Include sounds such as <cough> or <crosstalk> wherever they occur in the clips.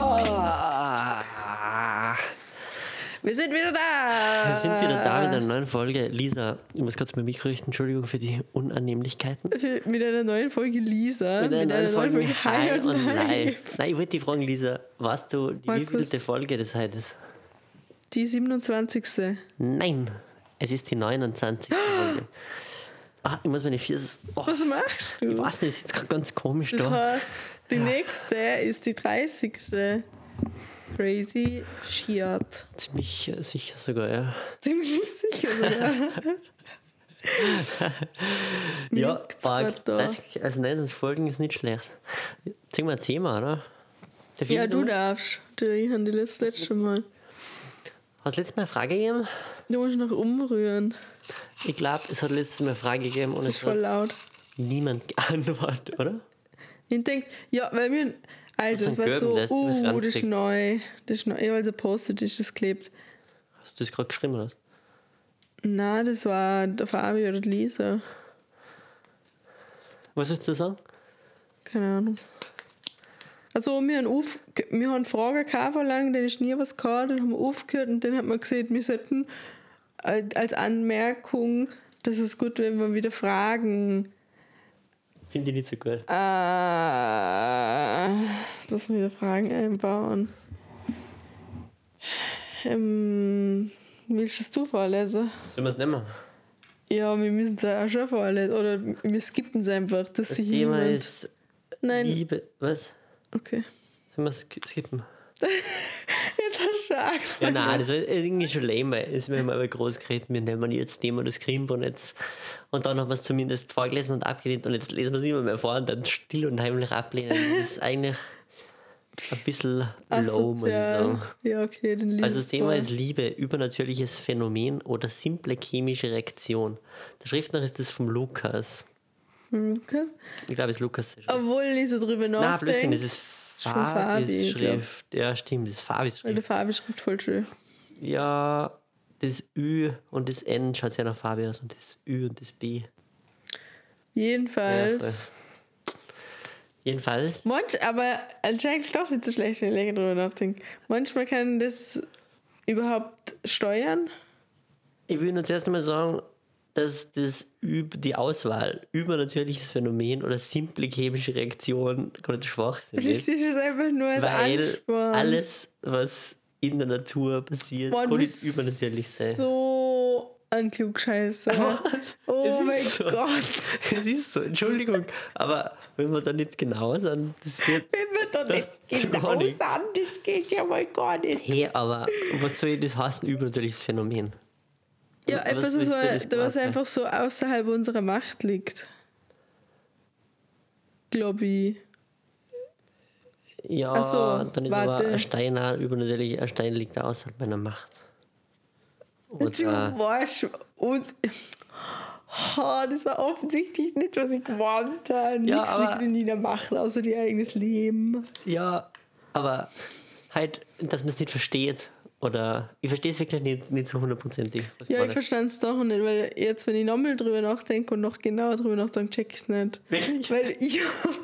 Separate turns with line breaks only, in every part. Oh. sind wieder da.
Wir sind wieder da mit
Äh.
einer neuen Folge. Lisa, ich muss kurz mein Mikro richten. Entschuldigung für die Unannehmlichkeiten.
Äh, Mit einer neuen Folge Lisa.
Mit einer neuen Folge High und Live. Nein, ich wollte dich fragen, Lisa, warst du die
Markus.
wievielte Folge des Heides?
Die 27.
Nein, es ist die
<gasps>
29. Folge. Ah, ich muss meine Füße... Oh,
Was machst du?
ich weiß nicht, ist jetzt gerade ganz komisch
Das
da.
heißt, die nächste ist die 30. Crazy Shiat.
Ziemlich äh, sicher sogar, ja.
Ziemlich sicher
<laughs>
sogar.
Ja,
Liegt's
Park,
grad da.
30, also 29 Folgen ist nicht schlecht. Zieh mal ein Thema, oder? Darf
Ja,
ich-
du darfst. Ich habe die letzte, letzte Mal.
Hast du letztes Mal eine Frage gegeben?
Du musst noch umrühren.
Ich glaube, es hat letztes Mal eine Frage gegeben und
Das ist
es
voll
hat
laut.
niemand <laughs> geantwortet, oder?
Ich denke, ja, weil wir. Also,
Was
es
für ein
war so,
Göbel, der ist
uh, das ist
23.
neu. Das ist neu. Ja, weil es postet ist, das klebt.
Hast du es gerade geschrieben, oder? was?
Nein, das war der Fabi oder die Lisa.
Was sollst du sagen?
Keine Ahnung. Also, wir haben, auf, wir haben Fragen gehabt, verlangt, dann ist nie was gehabt, dann haben wir aufgehört und dann hat man gesehen, wir sollten als als Anmerkung, dass es gut wäre, wenn wir wieder Fragen.
Finde ich nicht so gut.
Äh, dass wir wieder Fragen einbauen. Ähm, willst du es du vorlesen?
Sollen wir es nehmen?
Ja, wir müssen es auch schon vorlesen. Oder wir skippen es einfach. Dass
Das
sich
Thema
niemand-
ist
Nein,
Liebe. Was?
okay. <laughs>
Sollen wir es sk- skippen?
Jetzt hast du schon
Ja,
angefangen.
nein, das war irgendwie schon lame. weil Es wir mal über groß geredet, wir nehmen jetzt nehmen wir das Krimbonetz. Und dann haben wir es zumindest vorgelesen und abgelehnt und jetzt lesen wir es nicht mehr, mehr vor und dann still und heimlich ablehnen. Das ist eigentlich ein <laughs> bisschen low, muss ich
Asozial.
sagen.
Ja, okay, dann lies
Also das
es
Thema
vor.
ist Liebe, übernatürliches Phänomen oder simple chemische Reaktion. Der Schriftnach ist das vom Lukas.
Mhm, Okay.
Ich glaube, es ist Lukas. der Schrift-
Obwohl ich nicht so drüber
Nein,
nachdenke.
Blödsinn, das ist
von
Fabis
Fabi, ich glaub.
Schrift. Ja, stimmt, das ist Fabis
Weil
Schrift.
der Fabi schreibt voll schön.
Ja, das Ü und das N schaut sehr nach Farbe aus und das Ü und das B.
Jedenfalls.
Jedenfalls,
Manch, aber anscheinend ist doch nicht so schlecht, wenn ich länger drüber nachdenke. Manchmal kann das überhaupt steuern.
ich will nur zuerst einmal sagen, dass das Üb, die Auswahl, übernatürliches Phänomen oder simple chemische Reaktion komplett Schwachsinn
Vielleicht
ist.
ist es einfach nur als
Weil
Ansporn.
alles, was in der Natur passiert,
Boah, du
kann nicht
bist
übernatürlich sein.
So ein Klugscheißer.
Es
oh
ist
mein
so.
Gott.
<laughs> Es ist so, Entschuldigung, aber wenn wir dann jetzt genau sind, das <laughs> führt
Wenn wir da nicht
Das
genau
gar nicht.
sind, das geht ja mal gar nicht.
Hey, eh, aber was soll das heißen, übernatürliches Phänomen?
Ja,
Was
etwas, was,
willst du das
was,
gerade?
einfach so außerhalb unserer Macht liegt. Glaube ich.
Ja,
Ach so,
dann ist aber
warte.
ein Stein auch übernatürlich, ein Stein liegt da außerhalb meiner Macht.
Du
Oder,
warst und. Oh, das war offensichtlich nicht, was ich gewarnt habe.
Ja,
Nichts
aber-
liegt in deiner Macht, außer dein eigenes Leben.
ja, aber halt, dass man es nicht versteht. Oder ich verstehe es wirklich nicht, nicht so hundertprozentig. was
Ja, ich
gemeint ist.
verstand es doch nicht, weil jetzt, wenn ich nochmal drüber nachdenke und noch genauer drüber nachdenke, check ich es nicht.
Wirklich?
Weil ich.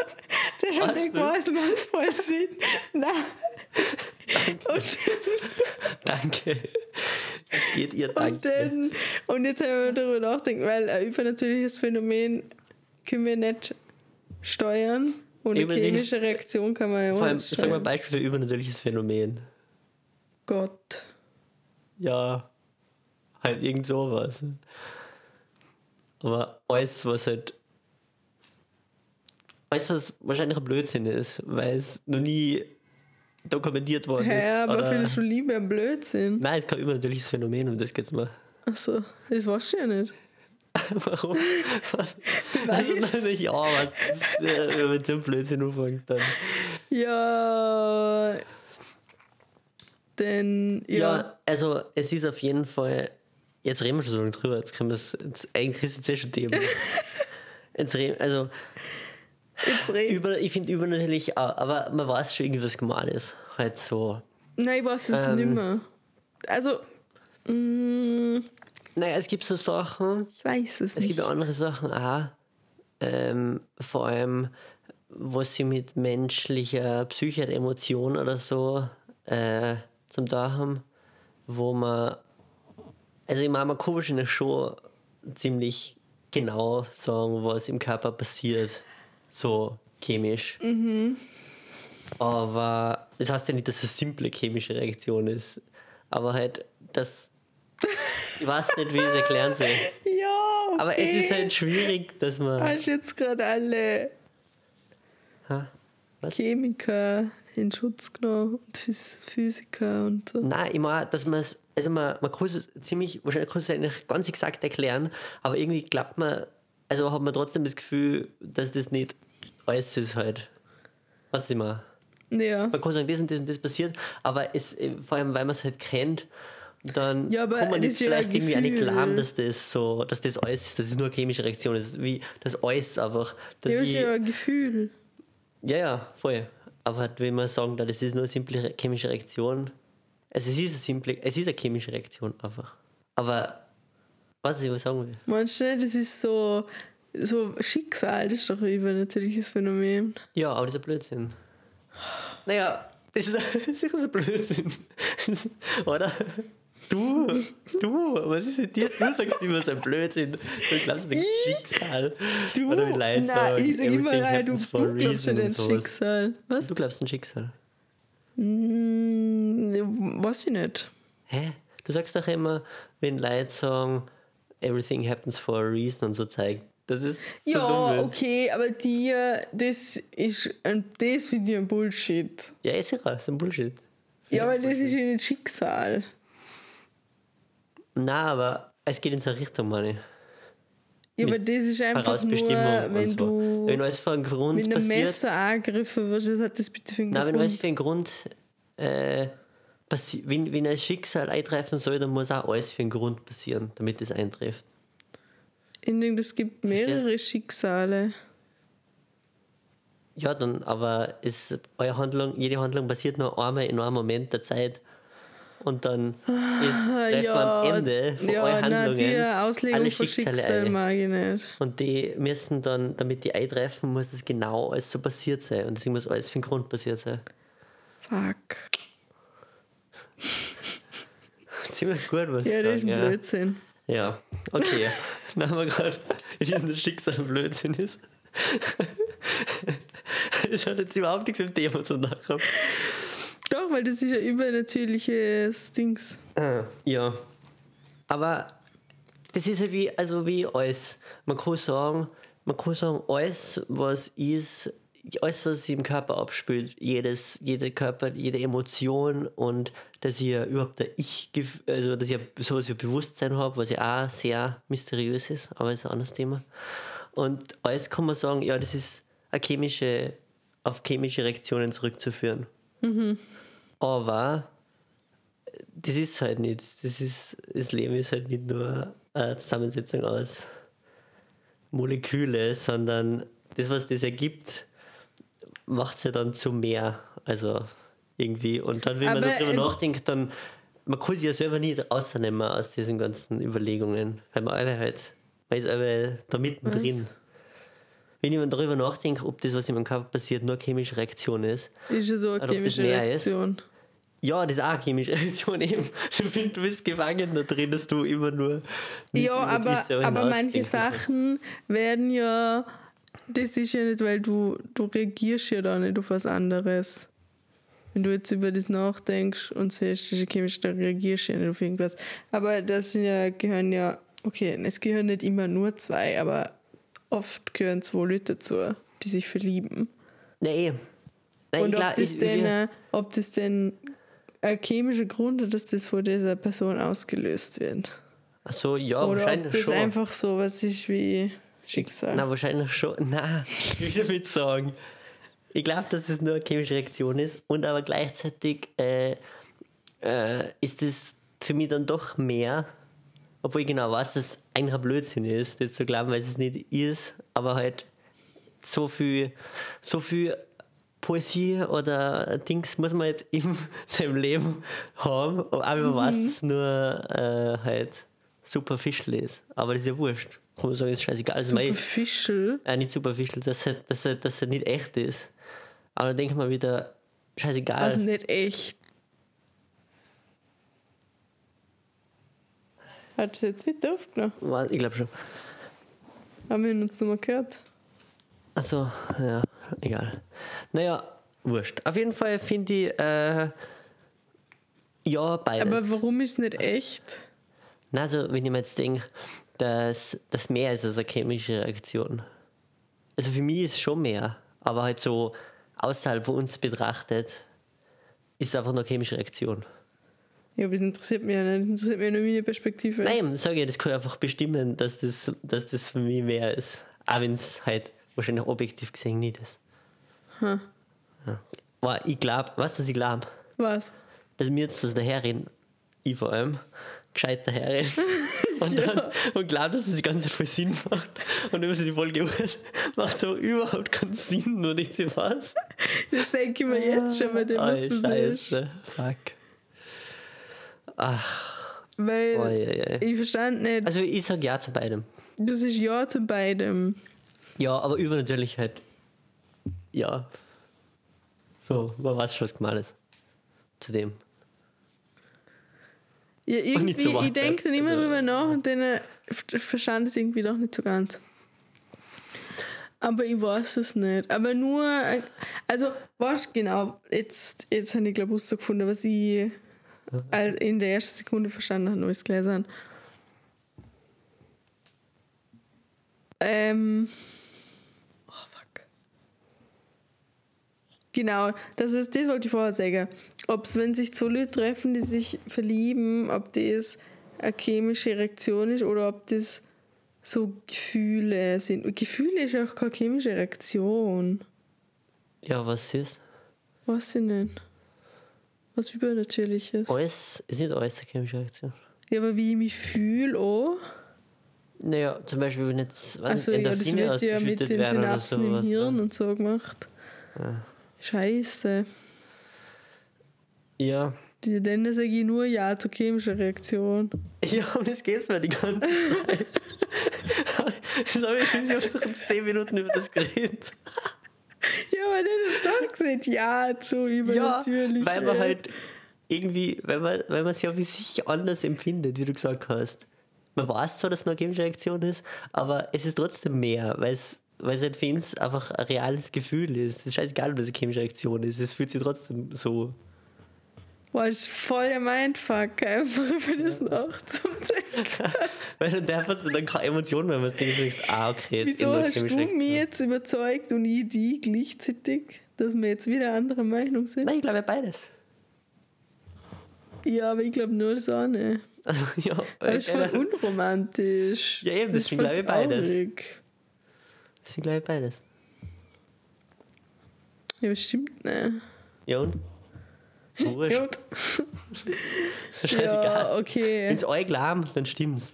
<laughs> der schon
Weißt
denkt,
du?
boah, es macht voll Sinn. Nein. Und,
Danke. Es
<laughs>
geht ihr
und,
danke.
dann, und jetzt haben wir darüber nachdenken, weil ein übernatürliches Phänomen können wir nicht steuern. Und eine
Übernatürliches-
chemische Reaktion kann man ja
Vor
auch
allem,
nicht
sag mal ein
steuern.
Beispiel für übernatürliches Phänomen.
Gott.
Ja, halt irgend sowas. Aber alles, was halt. Alles, was wahrscheinlich ein Blödsinn ist, weil es noch nie dokumentiert worden
Hä,
ist.
aber
oder-
finde schon lieber ein Blödsinn.
Nein, es ist kein übernatürliches Phänomen, um das geht's mal. <laughs>
Achso, das weißt du ja nicht. <laughs>
Warum? <laughs>
weißt.
Also, ja, was, äh, wenn man so einen Blödsinn anfängt, dann.
Ja. Denn, ja.
Ja. also es ist auf jeden Fall. Jetzt reden wir schon so lange drüber. Jetzt können wir es. jetzt- Eigentlich ist es jetzt eh schon Thema. jetzt reden, also
Jetzt red.
über, ich finde übernatürlich, auch, aber man weiß schon irgendwas gemalt ist. Halt so.
Nein, ich weiß es
Ähm.
nimmer. Also, mm,
Naja, es gibt so Sachen,
ich weiß es,
es
nicht.
gibt ja andere Sachen auch. Ähm, vor allem, was sie mit menschlicher Psyche, oder Emotion oder so äh, zum da haben. wo man. Also, ich meine, man kann wahrscheinlich schon ziemlich genau sagen, was im Körper passiert. So chemisch. Aber das heißt ja nicht, dass es eine simple chemische Reaktion ist. Aber halt, das. Ich weiß nicht, wie ich es erklären soll.
Ja, okay.
Aber es ist halt schwierig, dass man.
Hast jetzt gerade alle
Ha? Was?
Chemiker in Schutz genommen und Phys Physiker und so.
Nein, ich meine, dass man es, also man, man kann es ziemlich, wahrscheinlich kann es eigentlich ganz exakt erklären, aber irgendwie glaubt man, also hat man trotzdem das Gefühl, dass das nicht alles ist halt. Was ich meine?
Ja.
Man kann sagen, das und das und das passiert, aber es, äh, vor allem, weil man es halt kennt, dann
Ja, aber
kann man
das
jetzt
ist ja ein
vielleicht irgendwie auch nicht
Gefühl.
glauben, dass das so, dass das alles ist, dass es nur eine chemische Reaktion ist, wie das alles einfach, dass
Ja, ist
ich,
ja ein Gefühl.
ja, ja, voll. Aber halt, wenn man sagen, da, das ist nur eine simple Re- chemische Reaktion. Also es ist eine simple, es ist eine chemische Reaktion einfach. Aber was ich was sagen will.
Meinst du nicht, das ist so, so Schicksal, das ist doch ein übernatürliches Phänomen.
Ja, aber das ist ein Blödsinn. Naja, das ist sicher so ein <laughs> Blödsinn. <laughs> Oder? Du, du, was ist mit dir? Du sagst immer so ein Blödsinn. Du glaubst an das Schicksal.
Du,
Oder wie Leute
nein,
sagen,
ich sag immer,
everything
nein, du,
happens for a
du glaubst
reason
an
und
das
sowas.
Schicksal. Was?
Du glaubst an Schicksal.
Hm, weiß ich nicht.
Hä? Du sagst doch immer, wenn Leute sagen, everything happens for a reason und so zeigt. Das ist so
Ja,
dumm.
okay, aber die, äh, das ist ein, das finde ich ein Bullshit.
Ja, ist sicher, ist ein Bullshit.
Ja, aber das ist ja nicht Schicksal.
Na, aber es geht in so eine Richtung, meine ich.
Ja,
Mit
aber das ist einfach nur,
Vorausbestimmung und
wenn
so.
du
Wenn alles für einen Grund
mit einem
passiert.
Messer angegriffen wirst, was hat das bitte für einen
Na, wenn alles
Grund?
für einen Grund äh, passi- wenn, wenn ein Schicksal eintreffen soll, dann muss auch alles für einen Grund passieren, damit es eintrifft.
Ich denke, es gibt mehrere Schicksale. Ah,
Ja, dann, aber es, eure Handlung, jede Handlung passiert nur einmal in einem Moment der Zeit. Und dann ist treffen
Ah, ja,
am Ende von
ja,
euren
na,
Handlungen
die Auslegung
alle
von
Schicksale
Schicksal
ein.
mag ich nicht.
Und die müssen dann, damit die eintreffen, muss das genau alles so passiert sein. Und deswegen muss alles für einen Grund passiert sein. <laughs>
Fuck.
Ziemlich gut, was
Ja,
ich
das ist ein
sagen,
Blödsinn.
ja. ja, okay. <laughs> Dann haben wir gerade, in diesem Schicksal Blödsinn ist. <laughs> Das hat jetzt überhaupt nichts mit dem Thema zu tun.
Doch, weil das ist ja übernatürliches Dings.
Ah, ja. Aber das ist halt wie, also wie alles. Man kann sagen, man kann sagen, alles, was ist, alles, was sich im Körper abspielt, jedes, jede Körper, jede Emotion und dass ich ja überhaupt ein Ich, gef- also dass ich ja sowas wie Bewusstsein habe, was ja auch sehr mysteriös ist, aber ist ein anderes Thema. Und alles kann man sagen, ja, das ist eine chemische, auf chemische Reaktionen zurückzuführen. Aber das ist halt nicht. Das ist, das Leben ist halt nicht nur eine Zusammensetzung aus Moleküle, sondern das, was das ergibt, macht es ja dann zu mehr. Also irgendwie. Und dann, wenn
Aber,
man darüber
ähm,
nachdenkt, dann man kann sich ja selber nicht rausnehmen aus diesen ganzen Überlegungen. Weil man alle halt, man ist alle da mittendrin. Wenn jemand darüber nachdenkt, ob das, was in meinem Körper passiert, nur chemische Reaktion ist,
Ist ja so eine
Also, ob das
chemische
mehr ist?
Reaktion.
ja, das ist auch eine chemische <laughs> Reaktion eben. Ich finde, du bist gefangen da drin, dass du immer nur. nicht
Ja,
über
aber,
dich selber
aber manche
hinausdenken kannst.
Sachen werden ja. Das ist ja nicht, weil du, du reagierst ja da nicht auf was anderes. Wenn du jetzt über das nachdenkst und siehst, das ist chemisch, dann reagierst du ja nicht auf irgendwas. Aber das sind ja, gehören ja, okay, es gehören nicht immer nur zwei, aber oft gehören zwei Leute dazu, die sich verlieben.
Nee. Nein,
und
klar,
ob, das
ich-
denn,
wir-
äh, ob das denn ein chemischer Grund hat, dass das von dieser Person ausgelöst wird.
Ach so, ja,
Oder ob
wahrscheinlich
das
schon.
einfach so was ist wie Schicksal.
Na, wahrscheinlich schon. <laughs> Na, ich will damit sagen. Ich glaube, dass das nur eine chemische Reaktion ist. Und aber gleichzeitig äh, äh, ist das für mich dann doch mehr. Obwohl ich genau weiß, dass es eigentlich ein Blödsinn ist, das zu glauben, weil es es nicht ist. Aber halt so viel, so viel Poesie oder Dings muss man halt <laughs> in seinem Leben haben. Aber man weiß, dass es nur äh, halt superficial ist. Aber das ist ja wurscht. Kann man sagen, ist scheißegal. Also mein-
Superficial.
äh, nicht superficial, dass er, dass, er, dass er nicht echt ist. Aber dann denke Ah. ich mir wieder, scheißegal.
Also nicht echt. Hat es jetzt wieder aufgenommen?
Wa- Ich glaube schon.
Haben wir haben uns nur mal gehört.
Achso, ja, egal. Naja, wurscht. Auf jeden Fall finde ich, äh, ja, beides.
Aber warum ist es nicht echt?
Na, also, wenn ich mir jetzt denke, dass das Meer ist also eine chemische Reaktion. Also für mich ist schon mehr, aber halt so außerhalb von uns betrachtet, ist es einfach nur eine chemische Reaktion.
Ja, aber das interessiert mich ja nicht. Interessiert mich ja nur meine Perspektive.
Nein, sag ich, das kann ich einfach bestimmen, dass das, dass das für mich mehr ist. Auch wenn es halt wahrscheinlich objektiv gesehen nicht ist. Ja. Aber ich glaube, weißt du, was ich glaube?
Was?
dass wir jetzt das daherreden, ich vor allem,
<laughs>
gescheit daherreden und, dann, und glaubt, dass das die ganze Zeit voll Sinn macht. Und über die Folge <laughs> hört, macht so überhaupt keinen Sinn und ich sehe was.
Das denke ich mir jetzt schon bei dem, was
Ei,
du sagst.
Ah, oh, Scheiße. Fuck.
Weil
Oi, oi, oi.
ich verstand nicht.
Oh, Also ich sag ja zu beidem.
Du sagst ja zu beidem.
Ja, aber übernatürlich halt. Ja. So, man weiß schon, was gemeint ist. Zu dem.
Ja,
nicht
irgendwie,
so
ich
weit,
denke dann immer
also-
drüber nach und dann äh, ver- verstand ich es irgendwie doch nicht so ganz. Aber ich weiß es nicht. Aber nur, äh, also, was genau, jetzt, jetzt habe ich glaube ich gefunden, was ich als in der ersten Sekunde verstanden habe, neues Gläsern. Ähm. Oh, fuck. Genau, das ist das, wollte ich vorher sagen. Ob es, wenn sich zwei Leute treffen, die sich verlieben, ob das eine chemische Reaktion ist oder ob das so Gefühle sind. Und Gefühle ist auch keine chemische Reaktion.
Ja, was ist?
Was denn denn? Was Übernatürliches.
Alles ist nicht alles eine chemische Reaktion.
Ja, aber wie ich mich fühle auch.
Naja, zum Beispiel, wenn jetzt weiß
Also
nicht,
ja, das
Endorphine
wird ja mit
ausgeschüttet
den
werden oder
Synapsen im
sowas, ne? Ah.
Hirn und so gemacht. Scheiße.
Ja.
Die denn sage ich nur Ja zur chemischen Reaktion.
Ja, und jetzt geht's mir die ganze Zeit.
<laughs>
<laughs> Jetzt habe ich irgendwie auf so 10 Minuten über das geredet.
Ja, aber das ist stark sind Ja Äh. zu übernatürlich.
weil man halt irgendwie, weil man, weil man es ja für sich anders empfindet, wie du gesagt hast. Man weiß zwar, dass es eine chemische Reaktion ist, aber es ist trotzdem mehr, weil es weil es halt für uns einfach ein reales Gefühl ist. Es ist scheißegal, ob es eine chemische Reaktion ist. Es fühlt sich trotzdem so.
Boah, das ist voll der Mindfuck, <laughs> einfach über das nachzudenken.
Weil dann darf man dann keine Emotionen, wenn man es denkt, denkst, ah, okay, jetzt
Wieso
immer eine
hast
chemische
du
Reaktion.
mich jetzt überzeugt und ich die gleichzeitig, dass wir jetzt wieder anderer Meinung sind?
Nein, ich glaube beides. <laughs>
Ja, aber ich glaube nur das eine.
Also, ja, äh,
Aber das ist
ja,
voll unromantisch.
Ja, eben,
Das ist
deswegen
voll
glaube ich beides.
traurig.
Das sind, glaube ich, beides.
Ja, das stimmt nicht.
Ja und? Wurscht.
Ja, und-
<laughs> Ist doch scheißegal.
ja, okay.
Wenn's euch lahm, dann stimmt's.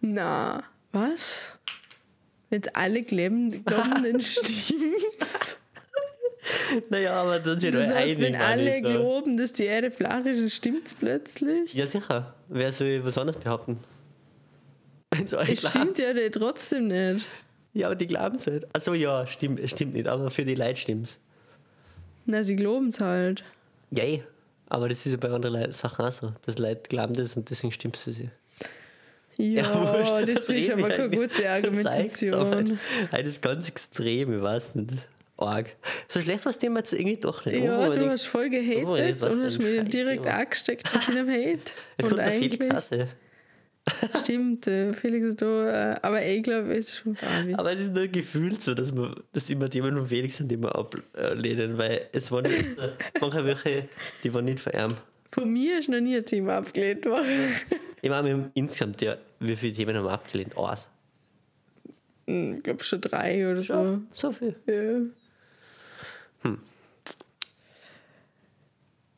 Na, was? Wenn alle glauben, glauben
<laughs>
dann stimmt's.
Naja, aber dann sind
Das
euch
heißt,
einig.
wenn
meine
alle
ich so.
glauben, dass die Erde flach ist, dann stimmt's plötzlich.
Ja, sicher. Wer soll was anderes behaupten? Wenn's euch
Es
lahm.
stimmt ja dann trotzdem nicht.
Ja, aber die glauben's halt. Achso, ja, stimmt, es stimmt nicht, aber für die Leute stimmt's.
Na, sie glauben's halt.
Ja, eh. aber das ist ja bei anderen Leuten Sachen auch so. Dass Leute glauben das und deswegen stimmt's für sie.
Ja,
wurscht,
das ist
reden
aber
wir
keine
eigentlich. <laughs>
gute
Zeigt's aber
Argumentation.
halt- halt das ganz extrem, ich weiß nicht. Arg. So schlecht war das Thema jetzt irgendwie doch nicht.
Ja,
Obwohl man
du
denkt,
hast voll
Oh, das
gehatet
war so
und
ein
hast mich dann
scheiß
direkt
Thema.
angesteckt mit deinem
<laughs>
Hate.
Jetzt
und
kommt der Felix Hasse.
<laughs> Stimmt, äh, Felix ist da, äh, aber ich glaube, es ist schon Fabi.
Aber es ist nur gefühlt so, dass, man, dass immer Themen von Felix sind, die wir ablehnen, weil es waren nicht, manche welche, die waren nicht verärmt.
Von mir ist noch nie ein Thema abgelehnt worden. <laughs>
Ich meine, wir haben insgesamt ja, wie viele Themen haben wir abgelehnt? Eins.
Hm, Ich glaube schon drei oder so.
So viel.
Ja.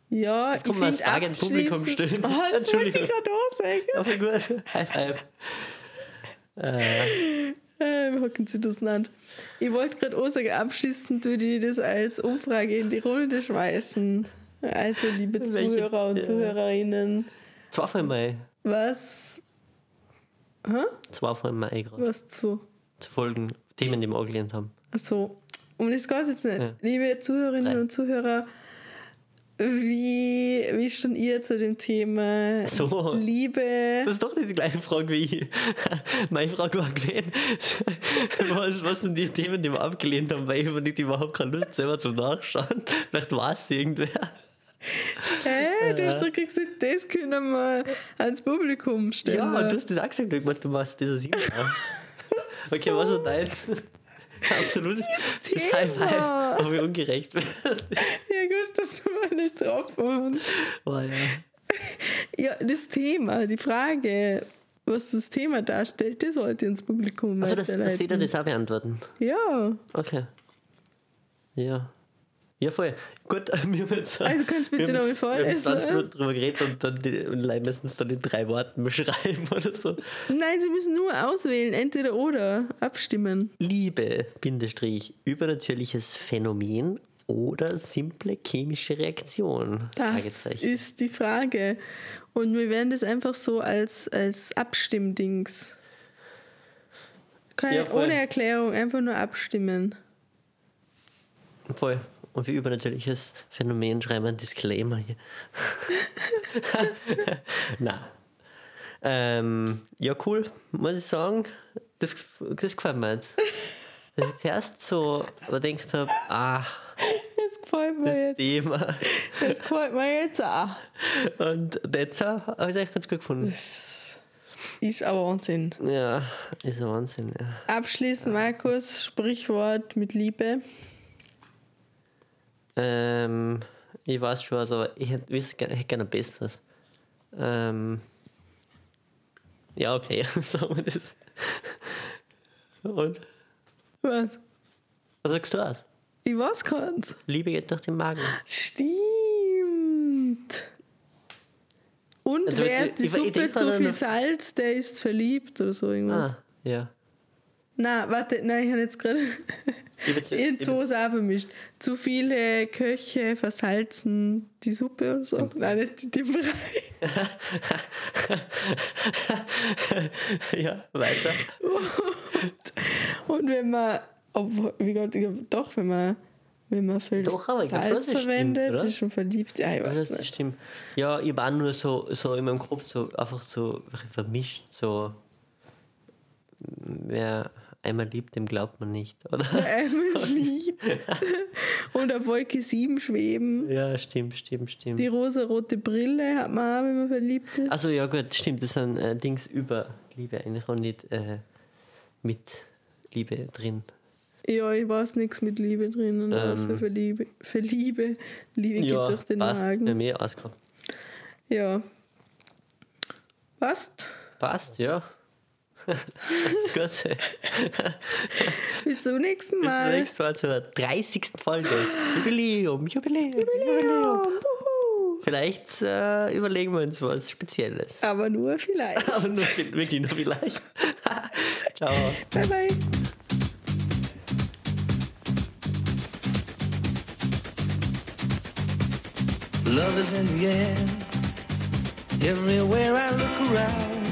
Ja, ich
kommt mal als
finde
Frage ins Publikum
abschließend...
stellen.
Oh, das wollte ich
Entschuldigung.
gerade auch sagen.
Aber Also gut. High five.
Äh, wir hocken sie das Land. Ich wollte gerade auch sagen, abschließend würde ich das als Umfrage in die Runde schmeißen. Also, liebe
Welche-
Zuhörer und
ja.
Zuhörerinnen,
Zwei von Mai.
was...
Zwei von Mai eh gerade.
Was zu... also,
Zu folgen. Themen, die wir angelehnt haben.
Ach so, um das geht jetzt nicht.
Ja.
Liebe Zuhörerinnen
Nein.
und Zuhörer, Wie, wie stand ihr zu dem Thema
So.
Liebe?
Das ist doch nicht die gleiche Frage wie ich. <laughs> Meine Frage war gesehen, <laughs> was, was sind die Themen, die wir abgelehnt haben, weil ich hab nicht überhaupt keine Lust selber zum Nachschauen. Vielleicht weiß irgendwer.
Hä? Du
Äh.
hast doch gesagt, das können wir ans Publikum stellen.
Ja, und du hast das auch gesagt, du hast gemeint, du machst das, was ich mache. Okay, was war deins? Absolut. Das High Five,
Thema.
aber ungerecht. <laughs>
ja gut, das war nicht drauf. Und
Oh, ja.
ja, das Thema, die Frage, was das Thema darstellt, das sollte ins Publikum
Also, das, das jeder das auch beantworten.
Ja,
Okay. Ja. Ja, voll. Gut, <laughs> wir haben jetzt.
Also kannst du bitte
wir haben
noch
jetzt-
mal
Wir haben jetzt 20
vorlesen?
Minuten drüber geredet und dann die, und leider müssen es dann in drei Worten <laughs> beschreiben oder so.
nein, sie müssen nur auswählen, entweder oder, abstimmen.
Liebe, Bindestrich, übernatürliches Phänomen oder simple chemische Reaktion?
Das
Fragezeichen.
ist die Frage. Und wir werden das einfach so als, als Abstimmdings. Keine,
Ja, voll.
ohne Erklärung, einfach nur abstimmen.
Voll. Und für übernatürliches Phänomen schreiben wir einen Disclaimer hier. <laughs> Na. Ähm, ja, cool, muss ich sagen. Das, das gefällt mir jetzt. Dass ich zuerst so gedacht habe, ah,
Das gefällt mir
das
Oh, jetzt.
Thema.
Das gefällt mir jetzt auch.
Und jetzt habe ich es eigentlich ganz gut gefunden.
Ist aber Unsinn.
Ja, ist ein Wahnsinn, ja.
Abschließend, Markus, Sprichwort mit Liebe.
Ähm, ich weiß schon, was, aber ich hätte wüsste gerne- hätte gerne ein besseres. Ähm, ja, okay, <laughs> sagen wir das. Und?
Was?
Was sagst du aus?
Ich weiß keins.
Liebe geht durch den Magen.
Stimmt. Und
Also,
wer
ich-
hat die
ich- ich
Suppe
denk
zu
mal
viel
noch-
Salz, der ist verliebt oder so irgendwas.
Ah, ja.
Na, warte, nein, ich habe jetzt gerade <laughs>
Liebe zu-
in
liebe-
Soße auch vermischt. Zu viele Köche versalzen die Suppe oder
Hm.
so. Nein, nicht die Dimmerei.
<laughs> ja, weiter.
Und wenn man, obwohl, wie Gott, ich glaub, doch, wenn man, wenn man viel
Doch, aber ich glaub schon,
Salz
das stimmt,
verwendet,
oder?
ist schon verliebt. Ja, ich
Ja,
weiß
das
nicht.
stimmt. Ja, ich war nur so, so in meinem Kopf so einfach so vermischt, so wer einmal liebt, dem glaubt man nicht, oder? <laughs>
<laughs> Einmal liebt und auf Wolke 7 schweben.
Ja, stimmt, stimmt, stimmt.
Die rosarote Brille hat man auch, wenn man verliebt ist.
Also ja gut, stimmt, das sind äh, Dings über Liebe eigentlich und nicht äh, mit Liebe drin.
Ja, ich weiß nichts mit Liebe drinnen,
Ähm.
außer für Liebe. Für Liebe. Liebe geht durch den
passt,
Magen.
Bei mir ausgekommen.
Ja. Passt.
Passt, ja. <laughs> das
<laughs>
Ganze.
Bis zum nächsten
Bis zum
Mal.
nächsten Mal zur 30. Folge. Jubiläum, Jubiläum, Jubiläum.
Ja, wuhu.
Vielleicht äh, überlegen wir uns was Spezielles.
Aber nur vielleicht.
<laughs> Aber nur, viel- wirklich nur vielleicht. <laughs> Ciao.
bye bye.
Love is in the air. Everywhere I look around.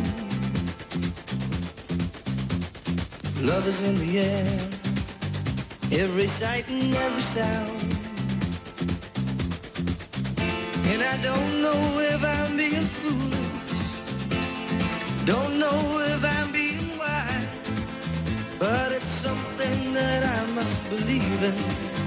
Love is in the air. Every sight and every sound. And I don't know if I'm being foolish. Don't know if I'm being wise. But it's something that I must believe in.